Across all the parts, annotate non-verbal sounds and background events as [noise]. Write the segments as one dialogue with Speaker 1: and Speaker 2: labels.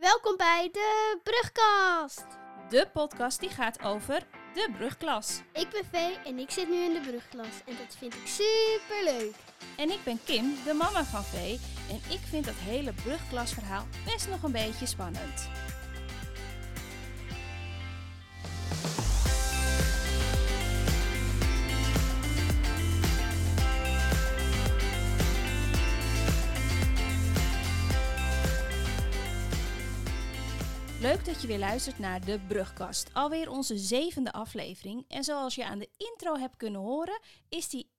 Speaker 1: Welkom bij de Brugkast.
Speaker 2: De podcast die gaat over de brugklas.
Speaker 1: Ik ben Vee en ik zit nu in de brugklas en dat vind ik super leuk.
Speaker 2: En ik ben Kim, de mama van Vee. En ik vind dat hele brugklasverhaal best nog een beetje spannend. Leuk dat je weer luistert naar de Brugkast. Alweer onze zevende aflevering. En zoals je aan de intro hebt kunnen horen, is die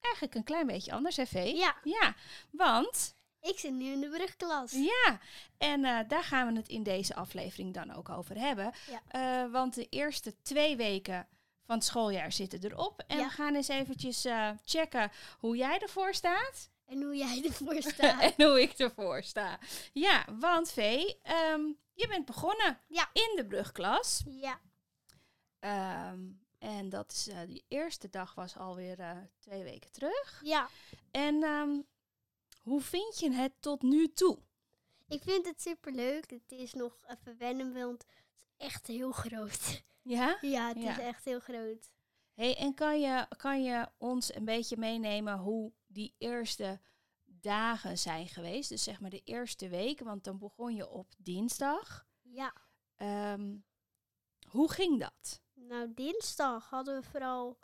Speaker 2: eigenlijk een klein beetje anders, hè Vee?
Speaker 1: Ja,
Speaker 2: Ja, want
Speaker 1: ik zit nu in de brugklas.
Speaker 2: ja, en eh, daar gaan we het in deze aflevering dan ook over hebben.
Speaker 1: Ja.
Speaker 2: Eh, want de eerste twee weken van het schooljaar zitten erop. En
Speaker 1: Ja.
Speaker 2: we gaan eens eventjes eh, checken hoe jij ervoor
Speaker 1: [laughs]
Speaker 2: staat
Speaker 1: En hoe jij ervoor staat.
Speaker 2: [laughs] en hoe ik ervoor sta. Ja, want Vee, ehm, je bent begonnen
Speaker 1: Ja.
Speaker 2: in de brugklas.
Speaker 1: ja,
Speaker 2: Ehm, en dat is, eh, de eerste dag was alweer eh, twee weken terug.
Speaker 1: ja.
Speaker 2: En ehm, hoe vind je het tot nu toe?
Speaker 1: Ik vind het super leuk. Het is nog even wennen, want het is echt heel groot. [laughs]
Speaker 2: Ja?
Speaker 1: ja, het is
Speaker 2: Ja.
Speaker 1: echt heel groot.
Speaker 2: Hey, en kan je, kan je ons een beetje meenemen hoe die eerste dagen zijn geweest? Dus zeg maar de eerste week, want dan begon je op dinsdag.
Speaker 1: Ja.
Speaker 2: Ehm, hoe ging dat?
Speaker 1: Nou, dinsdag hadden we vooral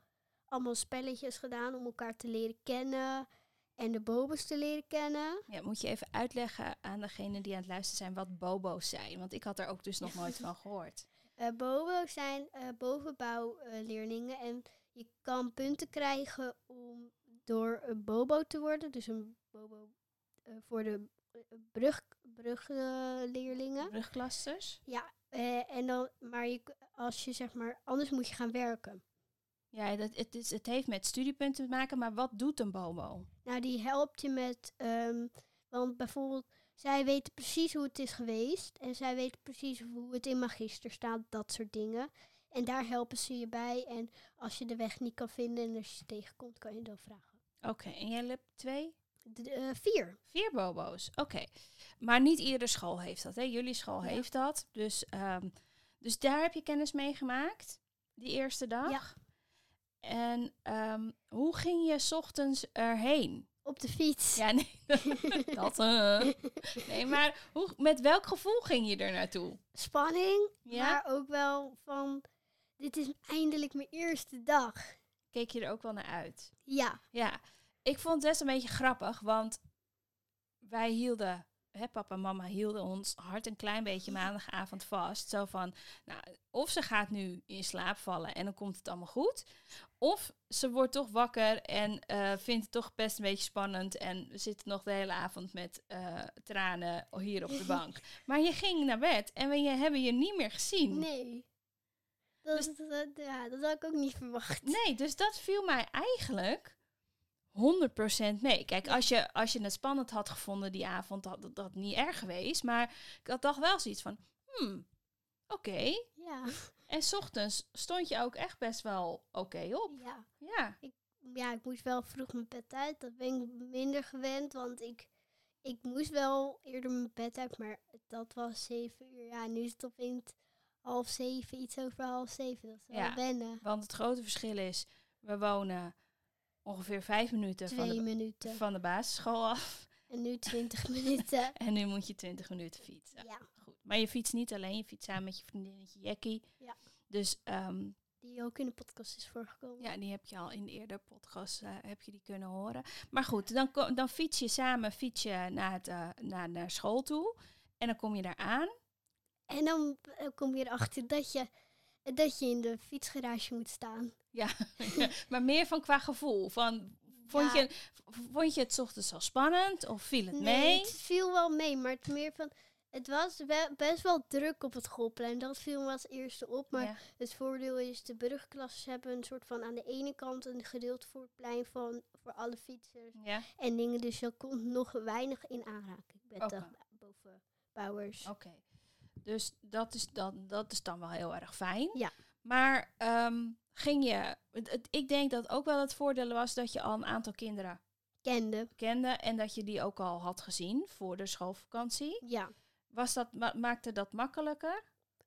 Speaker 1: allemaal spelletjes gedaan om elkaar te leren kennen en de bobos te leren kennen.
Speaker 2: Ja, moet je even uitleggen aan degenen die aan het luisteren zijn wat bobo's zijn? Want ik had er ook dus nog nooit van gehoord.
Speaker 1: Eh bobo's zijn eh bovenbouwleerlingen en je kan punten krijgen om door een bobo te worden, dus een bobo eh, voor de brugleerlingen. leerlingen.
Speaker 2: Brugklasters?
Speaker 1: ja, eh, en dan, maar je, k- als je zeg maar, anders moet je gaan werken.
Speaker 2: Ja, dat, het, is, het heeft met studiepunten te maken, maar wat doet een bobo?
Speaker 1: Nou, die helpt je met, ehm, want bijvoorbeeld, zij weten precies hoe het is geweest en zij weten precies hoe het in magister staat, dat soort dingen. En daar helpen ze je bij. En als je de weg niet kan vinden en als je ze tegenkomt, kan je dan vragen.
Speaker 2: Oké, en jij hebt twee
Speaker 1: De, de, eh, vier.
Speaker 2: Vier bobo's, oké. Maar niet iedere school heeft dat, hè? Jullie school
Speaker 1: Ja.
Speaker 2: heeft dat. Dus, ehm, dus daar heb je kennis mee gemaakt, die eerste dag.
Speaker 1: Ja.
Speaker 2: En ehm, hoe ging je 's ochtends erheen?
Speaker 1: Op de fiets.
Speaker 2: Ja, [laughs] nee, dat... eh. Nee, maar hoe, met welk gevoel ging je er naartoe?
Speaker 1: [laughs] Spanning,
Speaker 2: Ja?
Speaker 1: maar ook wel van, dit is eindelijk mijn eerste dag.
Speaker 2: Keek je er ook wel naar uit?
Speaker 1: Ja,
Speaker 2: Ja, ik vond het best een beetje grappig, want wij hielden, hè, papa en mama hielden ons hart een klein beetje maandagavond vast. Zo van, nou, of ze gaat nu in slaap vallen en dan komt het allemaal goed. Of ze wordt toch wakker en eh, vindt het toch best een beetje spannend en we zitten nog de hele avond met eh, tranen hier op de bank. Maar je ging naar bed en we je, hebben je niet meer gezien.
Speaker 1: nee. Dat,
Speaker 2: Dus-
Speaker 1: dat, dat- ja, dat had ik ook niet verwacht.
Speaker 2: Nee, dus dat viel mij eigenlijk 100% mee. Kijk, als je, als je het spannend had gevonden die avond, had dat, dat niet erg geweest. Maar ik had toch wel zoiets van, hmm, oké.
Speaker 1: Ja,
Speaker 2: En 's ochtends stond je ook echt best wel oké op.
Speaker 1: ja.
Speaker 2: Ja,
Speaker 1: ja, ik moest wel vroeg mijn bed uit. Dat ben ik minder gewend, want ik, ik moest wel eerder mijn bed uit, maar dat was zeven uur. Ja, nu is het opeens half zeven, iets over half zeven. Dat is wel
Speaker 2: Ja.
Speaker 1: wennen.
Speaker 2: want het grote verschil is, we wonen ongeveer vijf minuten van [laughs]
Speaker 1: Twee
Speaker 2: de,
Speaker 1: minuten.
Speaker 2: van de basisschool af. [laughs]
Speaker 1: En nu twintig [laughs] minuten.
Speaker 2: En nu moet je 20 minuten fietsen.
Speaker 1: Ja,
Speaker 2: Goed. Maar je fietst niet alleen, je fietst samen met je vriendinnetje Jackie.
Speaker 1: Ja.
Speaker 2: Dus ehm,
Speaker 1: die ook in de podcast is voorgekomen.
Speaker 2: Ja, die heb je al in de eerdere podcast eh, heb je die kunnen horen. Maar goed, dan, ko- dan fiets je samen fiets je naar, het, eh, naar, naar school toe. En dan kom je daar aan.
Speaker 1: En dan eh, kom je erachter dat je, dat je in de fietsgarage moet staan.
Speaker 2: maar meer van qua gevoel. Van, vond,
Speaker 1: Ja.
Speaker 2: je, v- vond je het 's ochtends al spannend of viel het
Speaker 1: Nee,
Speaker 2: mee?
Speaker 1: het viel wel mee, maar het meer van... Het was wel- best wel druk op het schoolplein. Dat viel me als eerste op, maar...
Speaker 2: Ja.
Speaker 1: Het voordeel is, de brugklassen hebben een soort van aan de ene kant een gedeelte voor het plein van voor alle fietsers
Speaker 2: Ja,
Speaker 1: en dingen. Dus je komt nog weinig in aanraking met de
Speaker 2: Oké. Oh.
Speaker 1: bovenbouwers.
Speaker 2: oké. Dus dat is, dan, dat is dan wel heel erg fijn.
Speaker 1: Ja.
Speaker 2: Maar ehm, ging je... het- het- ik denk dat ook wel het voordeel was dat je al een aantal kinderen
Speaker 1: Kende.
Speaker 2: kende. En dat je die ook al had gezien voor de schoolvakantie.
Speaker 1: Ja.
Speaker 2: Was dat, ma- maakte dat makkelijker?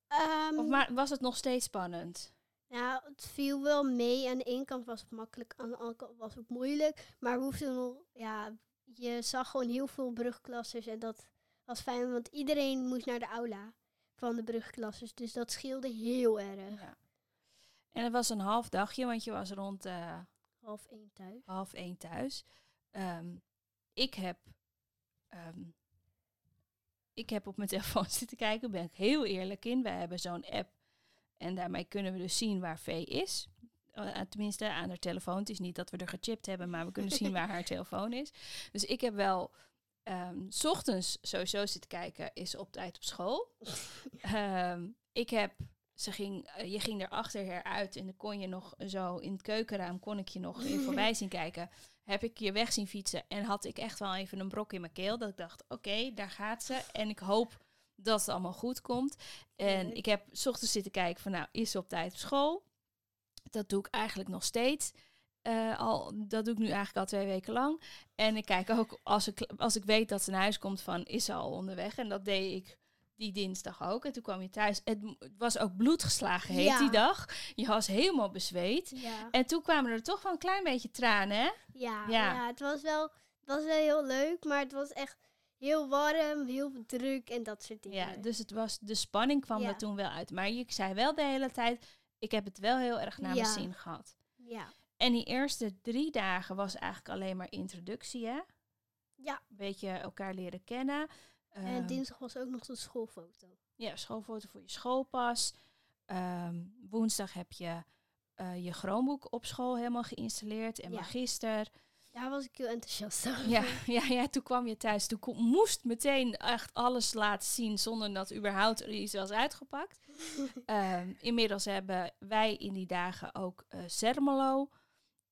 Speaker 1: Ehm,
Speaker 2: Of ma- was het nog steeds spannend?
Speaker 1: Nou, het viel wel mee. Aan de ene kant was het makkelijk, aan de andere kant was het moeilijk. Maar we hoefden nog, ja, je zag gewoon heel veel brugklassers en dat was fijn, want iedereen moest naar de aula van de brugklassers. Dus dat scheelde heel erg.
Speaker 2: Ja. En het was een half dagje, want je was rond eh,
Speaker 1: Half één thuis.
Speaker 2: half één thuis. Ehm, ik heb... ehm, ik heb op mijn [laughs] telefoon zitten kijken, ben ik heel eerlijk in. Wij hebben zo'n app en daarmee kunnen we dus zien waar V is. Eh, Tenminste, aan haar telefoon. Het is niet dat we er gechipt hebben, maar we kunnen zien waar haar telefoon is. Dus ik heb wel ehm, 's ochtends sowieso zitten kijken, is ze op tijd op school. Ehm, ik heb, ze ging, eh, je ging erachter haar uit en dan kon je nog zo in het keukenraam, kon ik je nog in voorbij zien kijken. Heb ik je weg zien fietsen en had ik echt wel even een brok in mijn keel. Dat ik dacht, oké, daar gaat ze. En ik hoop dat het allemaal goed komt. En
Speaker 1: Leuk.
Speaker 2: ik heb 's ochtends zitten kijken van, nou, is ze op tijd op school? Dat doe ik eigenlijk nog steeds. Eh, al, dat doe ik nu eigenlijk al twee weken lang. En ik kijk ook als ik, als ik weet dat ze naar huis komt van is ze al onderweg. En dat deed ik die dinsdag ook. En toen kwam je thuis. Het m- het was ook bloedgeslagen heet
Speaker 1: Ja.
Speaker 2: die dag. Je was helemaal bezweet.
Speaker 1: Ja.
Speaker 2: En toen kwamen er toch wel een klein beetje tranen. Hè?
Speaker 1: Ja,
Speaker 2: Ja.
Speaker 1: ja. het was wel, het was wel heel leuk, maar het was echt heel warm, heel druk en dat soort dingen.
Speaker 2: Ja, dus het was, de spanning kwam
Speaker 1: Ja.
Speaker 2: er toen wel uit. Maar je zei wel de hele tijd, ik heb het wel heel erg naar mijn
Speaker 1: Ja.
Speaker 2: zin gehad.
Speaker 1: ja.
Speaker 2: En die eerste drie dagen was eigenlijk alleen maar introductie, hè?
Speaker 1: Ja.
Speaker 2: Een beetje elkaar leren kennen.
Speaker 1: en
Speaker 2: Ehm,
Speaker 1: dinsdag was ook nog de schoolfoto.
Speaker 2: Ja, schoolfoto voor je schoolpas. Ehm, woensdag heb je eh, je Chromebook op school helemaal geïnstalleerd. En
Speaker 1: Ja.
Speaker 2: maar
Speaker 1: [laughs]
Speaker 2: gisteren.
Speaker 1: Daar was ik heel enthousiast over.
Speaker 2: Ja, ja, ja, toen kwam je thuis. Toen kon- moest meteen echt alles laten zien zonder dat überhaupt er iets was
Speaker 1: [laughs]
Speaker 2: uitgepakt. Ehm, inmiddels hebben wij in die dagen ook eh Sermelo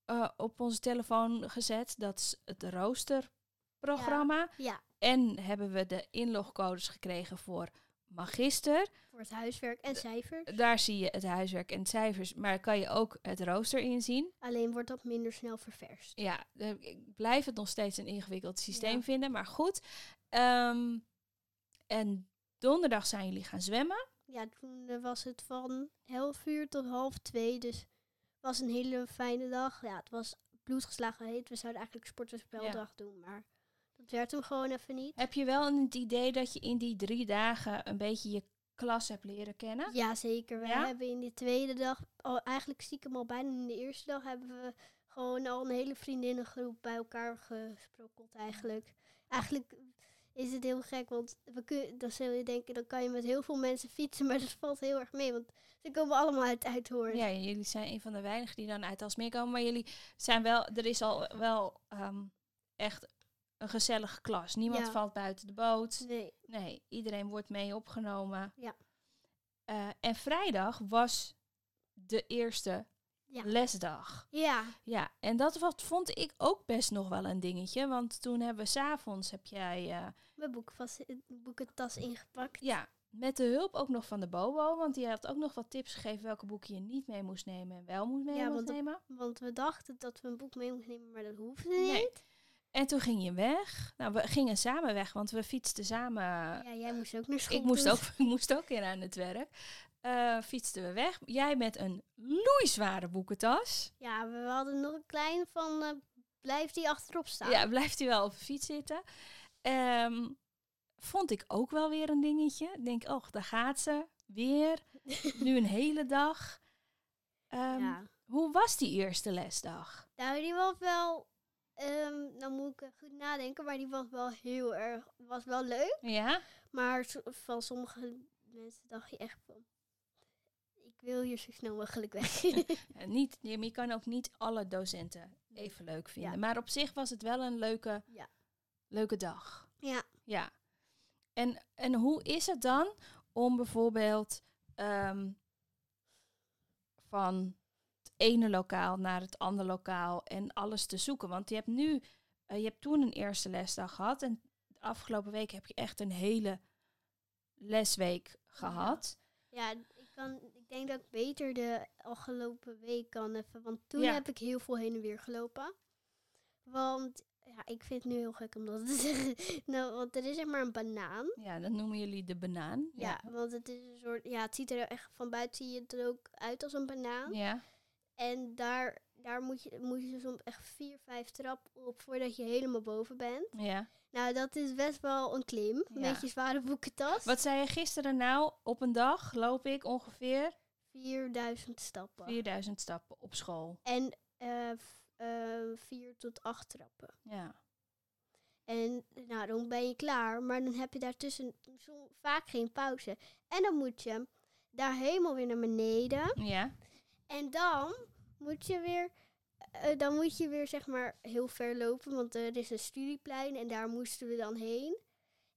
Speaker 2: eh, op onze telefoon gezet. Dat is het roosterprogramma.
Speaker 1: Ja,
Speaker 2: En hebben we de inlogcodes gekregen voor magister.
Speaker 1: voor het huiswerk
Speaker 2: Eh,
Speaker 1: en cijfers.
Speaker 2: Daar zie je het huiswerk en cijfers, maar kan je ook het rooster inzien.
Speaker 1: Alleen wordt dat minder snel ververst.
Speaker 2: Ja, eh, ik blijf het nog steeds een ingewikkeld systeem
Speaker 1: Ja.
Speaker 2: vinden, maar goed. Ehm, en donderdag zijn jullie gaan zwemmen.
Speaker 1: Ja, toen eh, was het van 11 uur tot half 2. Dus het was een hele fijne dag. Ja, het was bloedgeslagen heet. We zouden eigenlijk sport- en speldag doen, maar dat werd hem gewoon even niet.
Speaker 2: Heb je wel het idee dat je in die drie dagen een beetje je klas hebt leren kennen?
Speaker 1: Ja, zeker. We
Speaker 2: Ja?
Speaker 1: hebben in de tweede dag, al eigenlijk stiekem al bijna in de eerste dag, hebben we gewoon al een hele vriendinnengroep bij elkaar gesprokkeld eigenlijk. Eigenlijk is het heel gek, want we kun, dan zul je denken, dan kan je met heel veel mensen fietsen, [laughs] maar dat valt heel erg mee, want ze komen allemaal uit Uithoorn.
Speaker 2: Ja, jullie zijn een van de weinigen die dan uit Alsmeer komen, maar jullie zijn wel, er is al wel ehm, echt een gezellige klas. Niemand
Speaker 1: Ja.
Speaker 2: valt buiten de boot.
Speaker 1: Nee.
Speaker 2: Nee, iedereen wordt mee opgenomen.
Speaker 1: Ja.
Speaker 2: Eh, en vrijdag was de eerste
Speaker 1: Ja.
Speaker 2: lesdag.
Speaker 1: Ja,
Speaker 2: Ja, en dat wat vond ik ook best nog wel een dingetje. Want toen hebben we s'avonds, heb jij eh,
Speaker 1: mijn boek was in- boekentas ingepakt.
Speaker 2: ja, met de hulp ook nog van de Bobo. Want die had ook nog wat tips gegeven welke boeken je niet mee moest nemen en wel moest mee
Speaker 1: Ja,
Speaker 2: moest
Speaker 1: want de-
Speaker 2: nemen.
Speaker 1: Want we dachten dat we een boek mee moesten nemen, maar dat hoefde niet.
Speaker 2: Nee. En toen ging je weg. Nou, we gingen samen weg, want we fietsten samen
Speaker 1: Ja, jij moest ook naar school.
Speaker 2: ik moest
Speaker 1: toe.
Speaker 2: ook, [laughs] ik moest ook in aan het werk. Eh, fietsten we weg. Jij met een loeizware boekentas.
Speaker 1: Ja, we hadden nog een klein van, eh, blijf die achterop staan.
Speaker 2: Ja, blijft hij wel op de fiets zitten. Ehm, vond ik ook wel weer een dingetje. Ik Denk, oh, daar gaat ze. [laughs] Weer. nu een hele dag. Ehm,
Speaker 1: Ja.
Speaker 2: Hoe was die eerste lesdag?
Speaker 1: Nou, die was wel, ehm dan moet ik eh, goed nadenken, maar die was wel heel erg, was wel leuk.
Speaker 2: Ja?
Speaker 1: Maar so- van sommige mensen dacht je echt van, ik wil hier zo snel mogelijk weg. [laughs]
Speaker 2: Eh, Niet, je je kan ook niet alle docenten even leuk vinden.
Speaker 1: Ja.
Speaker 2: Maar op zich was het wel een leuke,
Speaker 1: Ja.
Speaker 2: leuke dag.
Speaker 1: ja,
Speaker 2: Ja. En, en hoe is het dan om bijvoorbeeld ehm, van het ene lokaal naar het andere lokaal en alles te zoeken? Want je hebt nu, eh, je hebt toen een eerste lesdag gehad en de afgelopen week heb je echt een hele lesweek gehad.
Speaker 1: ja ik, kan, ik denk dat ik beter de afgelopen week kan even, want toen
Speaker 2: Ja.
Speaker 1: heb ik heel veel heen en weer gelopen. Want Ja, ik vind het nu heel gek om dat te [laughs] zeggen. Nou, want er is zeg maar een banaan.
Speaker 2: Ja, dat noemen jullie de banaan.
Speaker 1: Ja, want het is een soort. Ja, het ziet er echt van buiten zie je het er ook uit als een banaan.
Speaker 2: Ja.
Speaker 1: En daar, daar moet, je, moet je soms echt vier, vijf trap op voordat je helemaal boven bent.
Speaker 2: ja.
Speaker 1: Nou, dat is best wel een klim. Een
Speaker 2: Ja.
Speaker 1: beetje zware boekentas.
Speaker 2: Wat zei je gisteren nou? Op een dag loop ik ongeveer
Speaker 1: 4000 stappen.
Speaker 2: 4000 stappen op school.
Speaker 1: En eh, v- eh, vier tot acht trappen.
Speaker 2: Ja.
Speaker 1: En nou, dan ben je klaar, maar dan heb je daartussen zo vaak geen pauze. En dan moet je daar helemaal weer naar beneden.
Speaker 2: Ja.
Speaker 1: En dan moet je weer, eh, dan moet je weer zeg maar heel ver lopen, want er is een studieplein en daar moesten we dan heen.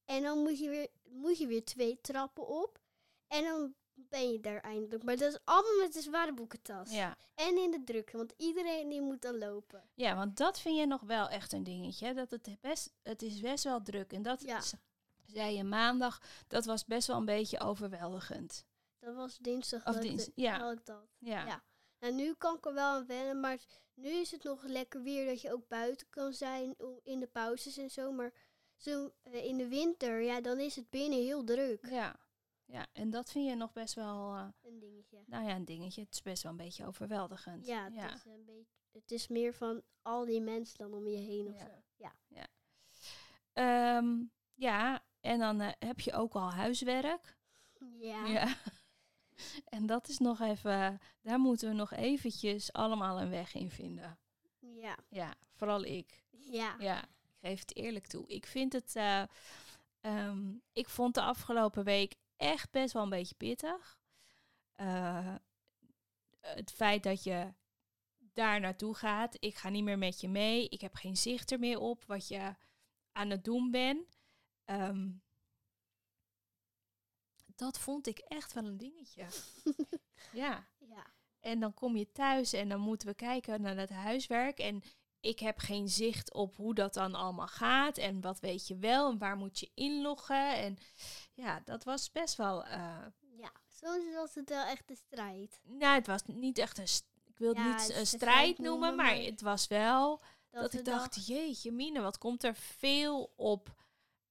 Speaker 1: En dan moet je weer, moet je weer twee trappen op. En dan ben je daar eindelijk. Maar dat is allemaal met de zware boekentas.
Speaker 2: Ja.
Speaker 1: En in de drukte, want iedereen die moet dan lopen.
Speaker 2: Ja, want dat vind je nog wel echt een dingetje. hè, Dat het best, het is best wel druk. En dat
Speaker 1: Ja.
Speaker 2: z- zei je maandag, dat was best wel een beetje overweldigend.
Speaker 1: Dat was dinsdag.
Speaker 2: Of
Speaker 1: dat ik
Speaker 2: dienst,
Speaker 1: de-
Speaker 2: ja.
Speaker 1: had ik dat.
Speaker 2: Ja.
Speaker 1: Ja. Nou, nu kan ik er wel aan wennen, maar nu is het nog lekker weer dat je ook buiten kan zijn o- in de pauzes en zo. Maar zo, eh, in de winter, ja, dan is het binnen heel druk.
Speaker 2: ja. Ja, en dat vind je nog best wel, eh,
Speaker 1: Een dingetje.
Speaker 2: nou ja, een dingetje. Het is best wel een beetje overweldigend.
Speaker 1: Ja, het, Is een beetje, het is meer van al die mensen dan om je heen of
Speaker 2: Ja.
Speaker 1: zo. Ja.
Speaker 2: Ehm, ja, en dan eh, heb je ook al huiswerk.
Speaker 1: Ja.
Speaker 2: [laughs] en dat is nog even, daar moeten we nog eventjes allemaal een weg in vinden.
Speaker 1: Ja.
Speaker 2: Ja, vooral ik.
Speaker 1: Ja.
Speaker 2: Ja, ik geef het eerlijk toe. Ik vind het, eh, ehm, ik vond de afgelopen week echt best wel een beetje pittig. Eh, het feit dat je daar naartoe gaat, ik ga niet meer met je mee, ik heb geen zicht er meer op wat je aan het doen bent. Ehm, dat vond ik echt wel een dingetje. ja.
Speaker 1: [laughs] Ja.
Speaker 2: En dan kom je thuis en dan moeten we kijken naar dat huiswerk. En ik heb geen zicht op hoe dat dan allemaal gaat. En wat weet je wel en waar moet je inloggen. En ja, dat was best wel. eh,
Speaker 1: Ja. Soms was het wel echt een strijd.
Speaker 2: nou, het was niet echt een. st- Ik wil het
Speaker 1: Ja, het
Speaker 2: niet s-
Speaker 1: is een
Speaker 2: een
Speaker 1: strijd
Speaker 2: strijd noemen,
Speaker 1: noemen,
Speaker 2: maar
Speaker 1: maar
Speaker 2: het was wel
Speaker 1: Dat,
Speaker 2: dat,
Speaker 1: we
Speaker 2: ik dacht: jeetje, Mine, wat komt er veel op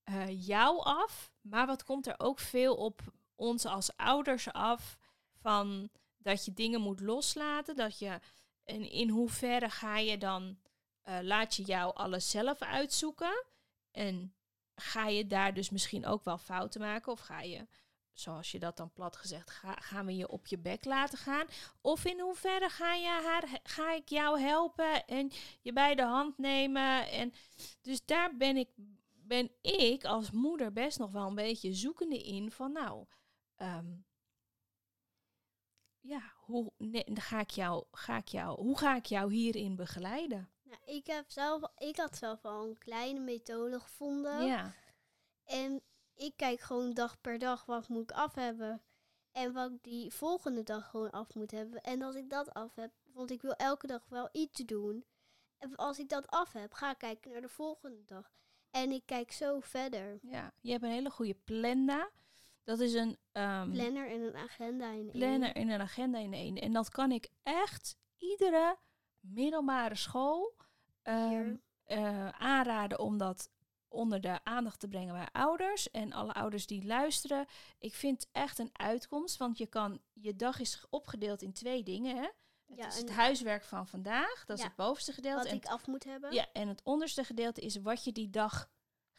Speaker 2: eh, jou af? Maar wat komt er ook veel op ons als ouders af? Van dat je dingen moet loslaten. Dat je, en in hoeverre ga je dan, eh, laat je jou alles zelf uitzoeken? En ga je daar dus misschien ook wel fouten maken? Of ga je, zoals je dat dan plat gezegd, ga, gaan we je op je bek laten gaan? Of in hoeverre ga, je haar, ga ik jou helpen en je bij de hand nemen? En dus daar ben ik, ben ik als moeder best nog wel een beetje zoekende in van nou. ehm, ja, hoe ne- ga ik jou, ga ik jou, hoe ga ik jou hierin begeleiden?
Speaker 1: Nou, ik, heb zelf, ik had zelf al een kleine methode gevonden.
Speaker 2: Ja,
Speaker 1: En ik kijk gewoon dag per dag wat moet ik af hebben. En wat ik die volgende dag gewoon af moet hebben. En als ik dat af heb, want ik wil elke dag wel iets doen. En als ik dat af heb, ga ik kijken naar de volgende dag. En ik kijk zo verder.
Speaker 2: ja. Je hebt een hele goede planda. Dat is een ehm,
Speaker 1: Planner en een agenda in één.
Speaker 2: planner en een agenda in één. En dat kan ik echt iedere middelbare school ehm,
Speaker 1: Hier.
Speaker 2: eh, aanraden om dat onder de aandacht te brengen bij ouders en alle ouders die luisteren. Ik vind het echt een uitkomst, want je kan je dag is opgedeeld in twee dingen. Hè? Het
Speaker 1: Ja,
Speaker 2: is
Speaker 1: en
Speaker 2: het huiswerk van vandaag, dat is
Speaker 1: Ja.
Speaker 2: het bovenste gedeelte.
Speaker 1: wat
Speaker 2: en
Speaker 1: ik af moet hebben.
Speaker 2: Ja, en het onderste gedeelte is wat je die dag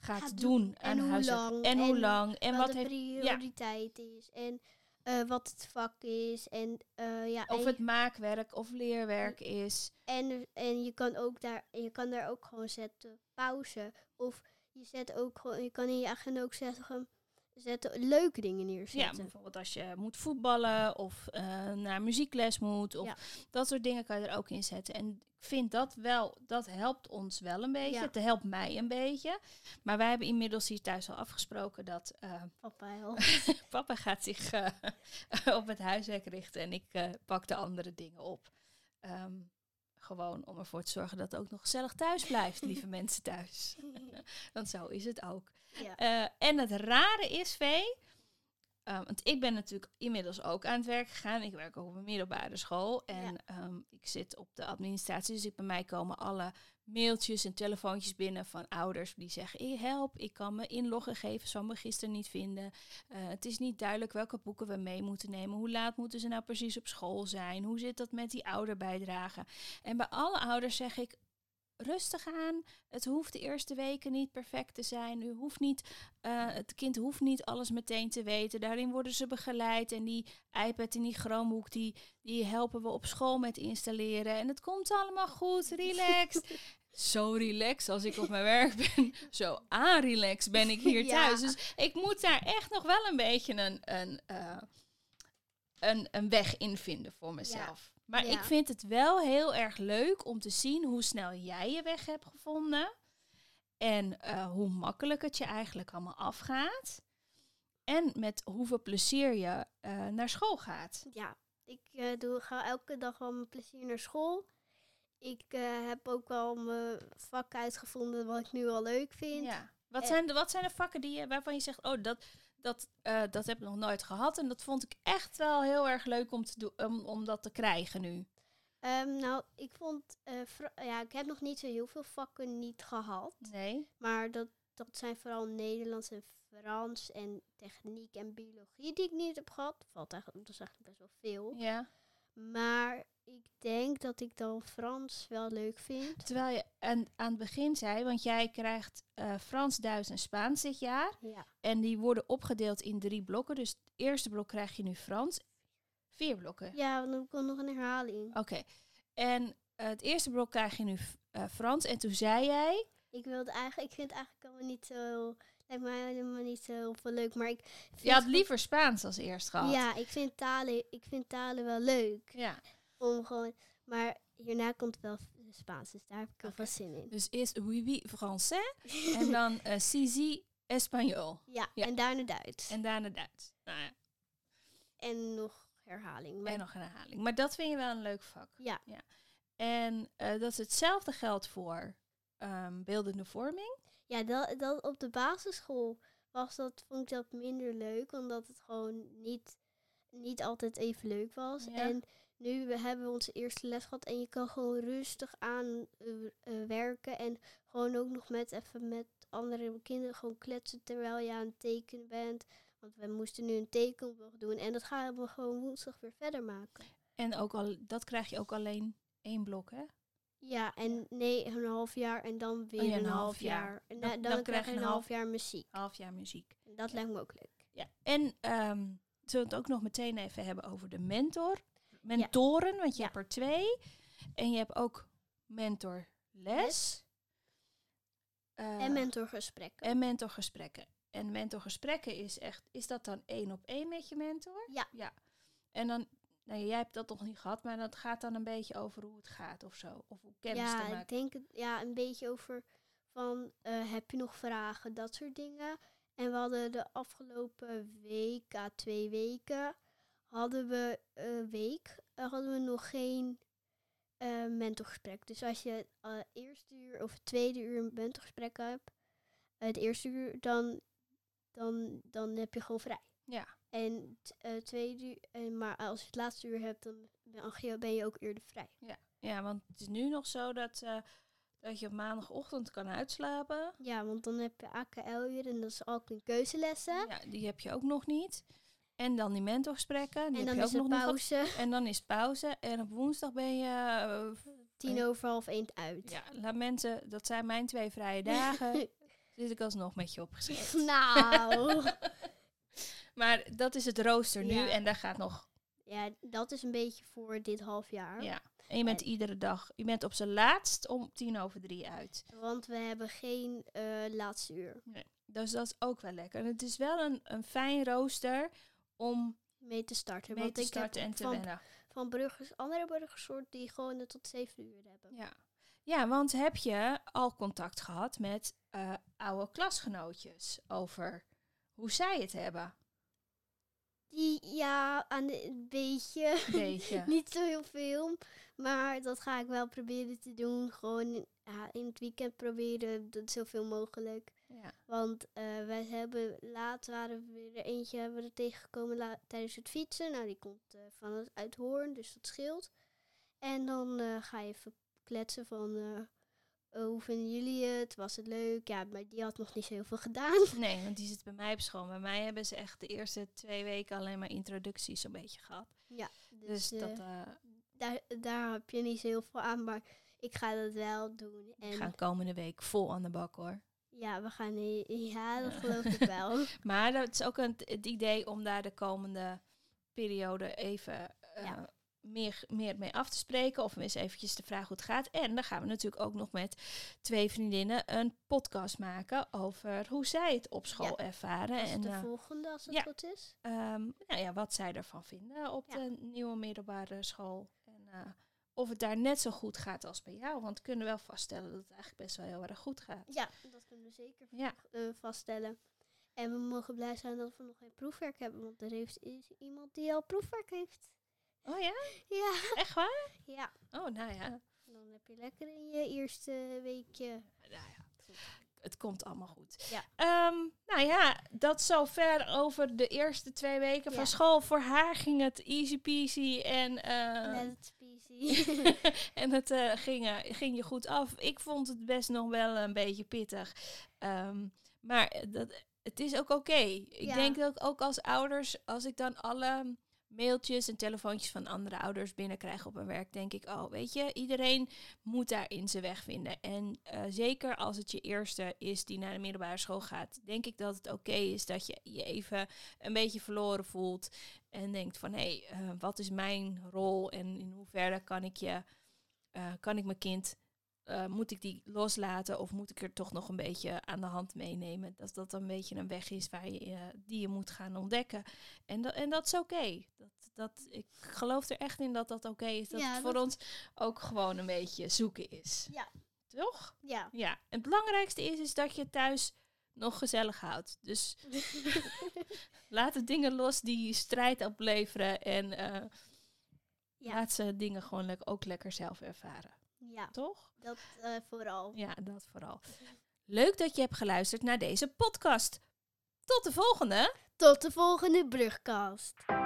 Speaker 2: gaat
Speaker 1: Gaat
Speaker 2: doen,
Speaker 1: doen. En
Speaker 2: aan
Speaker 1: hoe
Speaker 2: huiswerk.
Speaker 1: lang.
Speaker 2: En hoe
Speaker 1: En
Speaker 2: lang. En
Speaker 1: wat,
Speaker 2: wat
Speaker 1: de
Speaker 2: heeft,
Speaker 1: prioriteit is. En eh, wat het vak is. En, eh, ja,
Speaker 2: of
Speaker 1: en-
Speaker 2: het maakwerk of leerwerk is.
Speaker 1: En, en je kan ook daar, je kan daar ook gewoon zetten pauze. Of je zet ook gewoon, je kan in je agenda ook zetten, zetten leuke dingen
Speaker 2: Ja,
Speaker 1: neerzetten.
Speaker 2: bijvoorbeeld als je moet voetballen of eh, naar muziekles moet. Of
Speaker 1: Ja.
Speaker 2: Dat soort dingen kan je er ook in zetten. En ik vind dat wel, dat helpt ons wel een beetje.
Speaker 1: Ja.
Speaker 2: Het helpt mij een beetje. Maar wij hebben inmiddels hier thuis al afgesproken dat eh,
Speaker 1: Papa
Speaker 2: [laughs]
Speaker 1: heel.
Speaker 2: papa gaat zich eh, [laughs] op het huiswerk richten en ik eh, pak de andere dingen op. Ehm, gewoon om ervoor te zorgen dat het ook nog gezellig thuis
Speaker 1: [laughs]
Speaker 2: blijft, lieve mensen thuis. Want zo is het ook.
Speaker 1: [laughs] Ja.
Speaker 2: Eh, en het rare is, Vee, ehm, want ik ben natuurlijk inmiddels ook aan het werk gegaan. Ik werk ook op een middelbare school. En ehm, ik zit op de administratie. Dus ik- bij mij komen alle mailtjes en telefoontjes binnen van ouders die zeggen... "Eh, help, ik kan mijn inloggegevens van mijn gisteren niet vinden. Eh, het is niet duidelijk welke boeken we mee moeten nemen. Hoe laat moeten ze nou precies op school zijn? Hoe zit dat met die ouderbijdrage? En bij alle ouders zeg ik... Rustig aan. Het hoeft de eerste weken niet perfect te zijn. U hoeft niet eh, het kind hoeft niet alles meteen te weten. Daarin worden ze begeleid. En die iPad en die Chromebook, die, die helpen we op school met installeren. En het komt allemaal goed. Relax. Zo relaxed als ik op mijn werk ben. Zo relaxed ben ik [laughs] hier
Speaker 1: Ja.
Speaker 2: thuis. Dus ik moet daar echt nog wel een beetje een, een, eh, een, een weg in vinden voor mezelf. Maar
Speaker 1: Ja.
Speaker 2: ik vind het wel heel erg leuk om te zien hoe snel jij je weg hebt gevonden. En eh, hoe makkelijk het je eigenlijk allemaal afgaat. En met hoeveel plezier je eh, naar school gaat.
Speaker 1: Ja, ik eh, doe, ga elke dag wel mijn plezier naar school. Ik eh, heb ook wel mijn vak uitgevonden wat ik nu al leuk vind.
Speaker 2: Ja. Wat,
Speaker 1: Eh.
Speaker 2: zijn de, wat zijn de vakken die je, waarvan je zegt, oh, dat, dat, eh, dat heb ik nog nooit gehad. En dat vond ik echt wel heel erg leuk om, te doen, om, om dat te krijgen nu.
Speaker 1: Ehm, nou, ik vond, eh, vra- ja, ik heb nog niet zo heel veel vakken niet gehad.
Speaker 2: Nee.
Speaker 1: Maar dat, dat zijn vooral Nederlands en Frans en techniek en biologie die ik niet heb gehad. Valt eigenlijk, dat is eigenlijk best wel veel.
Speaker 2: Ja.
Speaker 1: Maar ik denk dat ik dan Frans wel leuk vind.
Speaker 2: Terwijl je aan, aan het begin zei, want jij krijgt eh, Frans, Duits en Spaans dit jaar.
Speaker 1: Ja,
Speaker 2: En die worden opgedeeld in drie blokken. Dus het eerste blok krijg je nu Frans. Vier blokken.
Speaker 1: ja want dan komt nog een herhaling.
Speaker 2: Oké. En eh, het eerste blok krijg je nu f- eh, Frans. En toen zei jij...
Speaker 1: Ik, wilde eigenlijk, ik vind het eigenlijk allemaal niet zo... Lijkt mij helemaal niet zo heel veel leuk, maar ik vind...
Speaker 2: Je had liever Spaans als eerst gehad.
Speaker 1: Ja, ik vind talen, ik vind talen wel leuk.
Speaker 2: Ja.
Speaker 1: Om gewoon, maar hierna komt wel Spaans, dus daar heb ik wel
Speaker 2: Oké.
Speaker 1: veel zin in.
Speaker 2: Dus eerst oui oui français. en dan eh si si espagnol.
Speaker 1: [laughs] Ja,
Speaker 2: Ja.
Speaker 1: en daarna Duits. En,
Speaker 2: En daarna Duits. Nou ja,
Speaker 1: nog herhaling. Maar
Speaker 2: en nog een herhaling. Maar dat vind je wel een leuk vak.
Speaker 1: Ja.
Speaker 2: En eh, dat is hetzelfde geldt voor ehm, beeldende vorming.
Speaker 1: Ja, dat, dat op de basisschool was dat, vond ik dat minder leuk, omdat het gewoon niet, niet altijd even leuk was.
Speaker 2: Ja.
Speaker 1: En nu we hebben we onze eerste les gehad en je kan gewoon rustig aan eh, eh, werken en gewoon ook nog met even met andere kinderen gewoon kletsen terwijl je aan het tekenen bent. Want we moesten nu een tekenblog doen en dat gaan we gewoon woensdag weer verder maken.
Speaker 2: En ook al, dat krijg je ook alleen één blok, hè?
Speaker 1: Ja, en nee, een half jaar en dan weer
Speaker 2: ja,
Speaker 1: een, half jaar. En
Speaker 2: Dan-
Speaker 1: da- dan,
Speaker 2: dan
Speaker 1: krijg je een half jaar muziek.
Speaker 2: Half jaar muziek.
Speaker 1: En dat lijkt me ook leuk.
Speaker 2: Ja. En ehm zullen we het ook nog meteen even hebben over de mentor. Mentoren, want je
Speaker 1: Ja.
Speaker 2: hebt er twee. En je hebt ook mentorles.
Speaker 1: Les.
Speaker 2: Eh,
Speaker 1: En mentorgesprekken.
Speaker 2: en mentorgesprekken. En mentorgesprekken is echt, is dat dan één op één met je mentor?
Speaker 1: Ja.
Speaker 2: ja. En dan, nou, jij hebt dat nog niet gehad, maar dat gaat dan een beetje over hoe het gaat of zo. Of hoe kennis te
Speaker 1: ja,
Speaker 2: maken.
Speaker 1: ik denk het- ja, een beetje over van eh, heb je nog vragen, dat soort dingen. En we hadden de afgelopen week, à twee weken, hadden we een week, eh, hadden we nog geen eh, mentorgesprek. Dus als je eh, het eerste uur of het tweede uur een mentorgesprek hebt, eh, het eerste uur, dan, dan, dan heb je gewoon vrij.
Speaker 2: Ja.
Speaker 1: En t- eh, tweede uur, en maar als je het laatste uur hebt, dan ben- ben je ook eerder vrij.
Speaker 2: Ja, want het is nu nog zo dat, eh, dat je op maandagochtend kan uitslapen.
Speaker 1: Ja, want dan heb je AKL weer en dat is ook een keuzelessen.
Speaker 2: Ja, die heb je ook nog niet. En dan die mentorgesprekken, die
Speaker 1: en
Speaker 2: heb
Speaker 1: dan
Speaker 2: je ook
Speaker 1: is
Speaker 2: nog
Speaker 1: het
Speaker 2: niet. gehad. [laughs]
Speaker 1: pauze,
Speaker 2: En dan is pauze. En op woensdag ben je... eh, v-
Speaker 1: tien over half één [laughs] uit.
Speaker 2: ja, laat mensen, dat zijn mijn twee vrije
Speaker 1: [laughs]
Speaker 2: dagen. zit ik alsnog met je opgeschreven. [laughs]
Speaker 1: nou,
Speaker 2: Maar dat is het rooster nu
Speaker 1: Ja.
Speaker 2: en daar gaat nog...
Speaker 1: ja, dat is een beetje voor dit half jaar.
Speaker 2: Ja. En je bent iedere dag, je bent op zijn laatst om tien over drie uit.
Speaker 1: Want we hebben geen eh, laatste uur
Speaker 2: Dus dat is ook wel lekker. En het is wel een, een fijn rooster om
Speaker 1: mee te starten.
Speaker 2: mee
Speaker 1: want
Speaker 2: te
Speaker 1: ik heb
Speaker 2: starten en te
Speaker 1: van,
Speaker 2: wennen.
Speaker 1: van burgers, andere burgersoort die gewoon het tot zeven uur hebben.
Speaker 2: Ja. ja, want heb je al contact gehad met eh, oude klasgenootjes over hoe zij het hebben?
Speaker 1: Die, ja, aan de- een beetje,
Speaker 2: Weet je?
Speaker 1: [laughs] niet zo heel veel. Maar dat ga ik wel proberen te doen. Gewoon ja, in het weekend proberen, dat zoveel mogelijk.
Speaker 2: Ja.
Speaker 1: Want eh, wij hebben laat waren we weer eentje hebben we er tegengekomen la- tijdens het fietsen. Nou, die komt eh, van het uit Hoorn, dus dat scheelt. En dan eh, ga je even kletsen van eh, oh, hoe vinden jullie het? Was het leuk? Ja, maar die had nog niet zo heel veel
Speaker 2: [laughs]
Speaker 1: gedaan. Dus,
Speaker 2: Nee, want die zit bij mij op school. Bij mij hebben ze echt de eerste twee weken alleen maar introducties zo'n beetje gehad. Dus,
Speaker 1: eh,
Speaker 2: dat eh,
Speaker 1: daar, daar heb je niet zo heel veel aan, maar ik ga dat wel doen. En
Speaker 2: gaan komende week vol aan de bak hoor.
Speaker 1: ja, we gaan. Ja, dat geloof ik
Speaker 2: [laughs]
Speaker 1: wel.
Speaker 2: Maar dat is ook een, het idee om daar de komende periode even eh,
Speaker 1: Ja.
Speaker 2: meer, meer mee af te spreken. Of eens eventjes de vraag hoe het gaat. En dan gaan we natuurlijk ook nog met twee vriendinnen een podcast maken over hoe zij het op school ervaren.
Speaker 1: Dat is
Speaker 2: En
Speaker 1: de
Speaker 2: eh,
Speaker 1: volgende, als het
Speaker 2: ja.
Speaker 1: goed is.
Speaker 2: ehm, nou ja, wat zij ervan vinden op
Speaker 1: Ja.
Speaker 2: de nieuwe middelbare school. En, eh, of het daar net zo goed gaat als bij jou. Want we kunnen wel vaststellen dat het eigenlijk best wel heel erg goed gaat.
Speaker 1: Ja, dat kunnen we zeker
Speaker 2: Ja.
Speaker 1: eh, vaststellen. En we mogen blij zijn dat we nog geen proefwerk hebben, want er heeft, is iemand die al proefwerk heeft.
Speaker 2: Oh ja?
Speaker 1: Ja.
Speaker 2: Echt waar?
Speaker 1: Ja,
Speaker 2: Oh, nou ja.
Speaker 1: dan heb je lekker in je eerste weekje.
Speaker 2: Nou ja, het komt allemaal goed.
Speaker 1: Ja.
Speaker 2: Ehm, nou ja, dat zover over de eerste twee weken
Speaker 1: Ja.
Speaker 2: van school. Voor haar ging het easy peasy en, eh,
Speaker 1: Net busy.
Speaker 2: [laughs] en het eh, ging, eh, ging je goed af. Ik vond het best nog wel een beetje pittig. Ehm, maar eh, dat, het is ook oké. Ik
Speaker 1: Ja.
Speaker 2: denk dat ik ook als ouders, als ik dan alle mailtjes en telefoontjes van andere ouders binnenkrijg op mijn werk, denk ik, oh, weet je, iedereen moet daarin zijn weg vinden. En eh, zeker als het je eerste is die naar de middelbare school gaat, denk ik dat het oké is dat je je even een beetje verloren voelt. En denkt van, hé, hey, eh, wat is mijn rol en in hoeverre kan ik je, eh, kan ik mijn kind, eh, moet ik die loslaten of moet ik er toch nog een beetje aan de hand meenemen? Dat dat een beetje een weg is waar je, eh, die je moet gaan ontdekken. En, dat en dat is oké. Dat, dat, ik geloof er echt in dat dat oké is. Dat
Speaker 1: Ja,
Speaker 2: het voor
Speaker 1: dat-
Speaker 2: ons ook gewoon een beetje zoeken is.
Speaker 1: Ja.
Speaker 2: Toch?
Speaker 1: ja.
Speaker 2: Ja. En het belangrijkste is, is dat je het thuis nog gezellig houdt. Dus laat de dingen los die strijd opleveren. En eh,
Speaker 1: Ja.
Speaker 2: laat ze dingen gewoon le- ook lekker zelf ervaren.
Speaker 1: ja,
Speaker 2: Toch?
Speaker 1: dat eh, vooral.
Speaker 2: Ja, dat vooral. Leuk dat je hebt geluisterd naar deze podcast. Tot de volgende!
Speaker 1: Tot de volgende brugkast.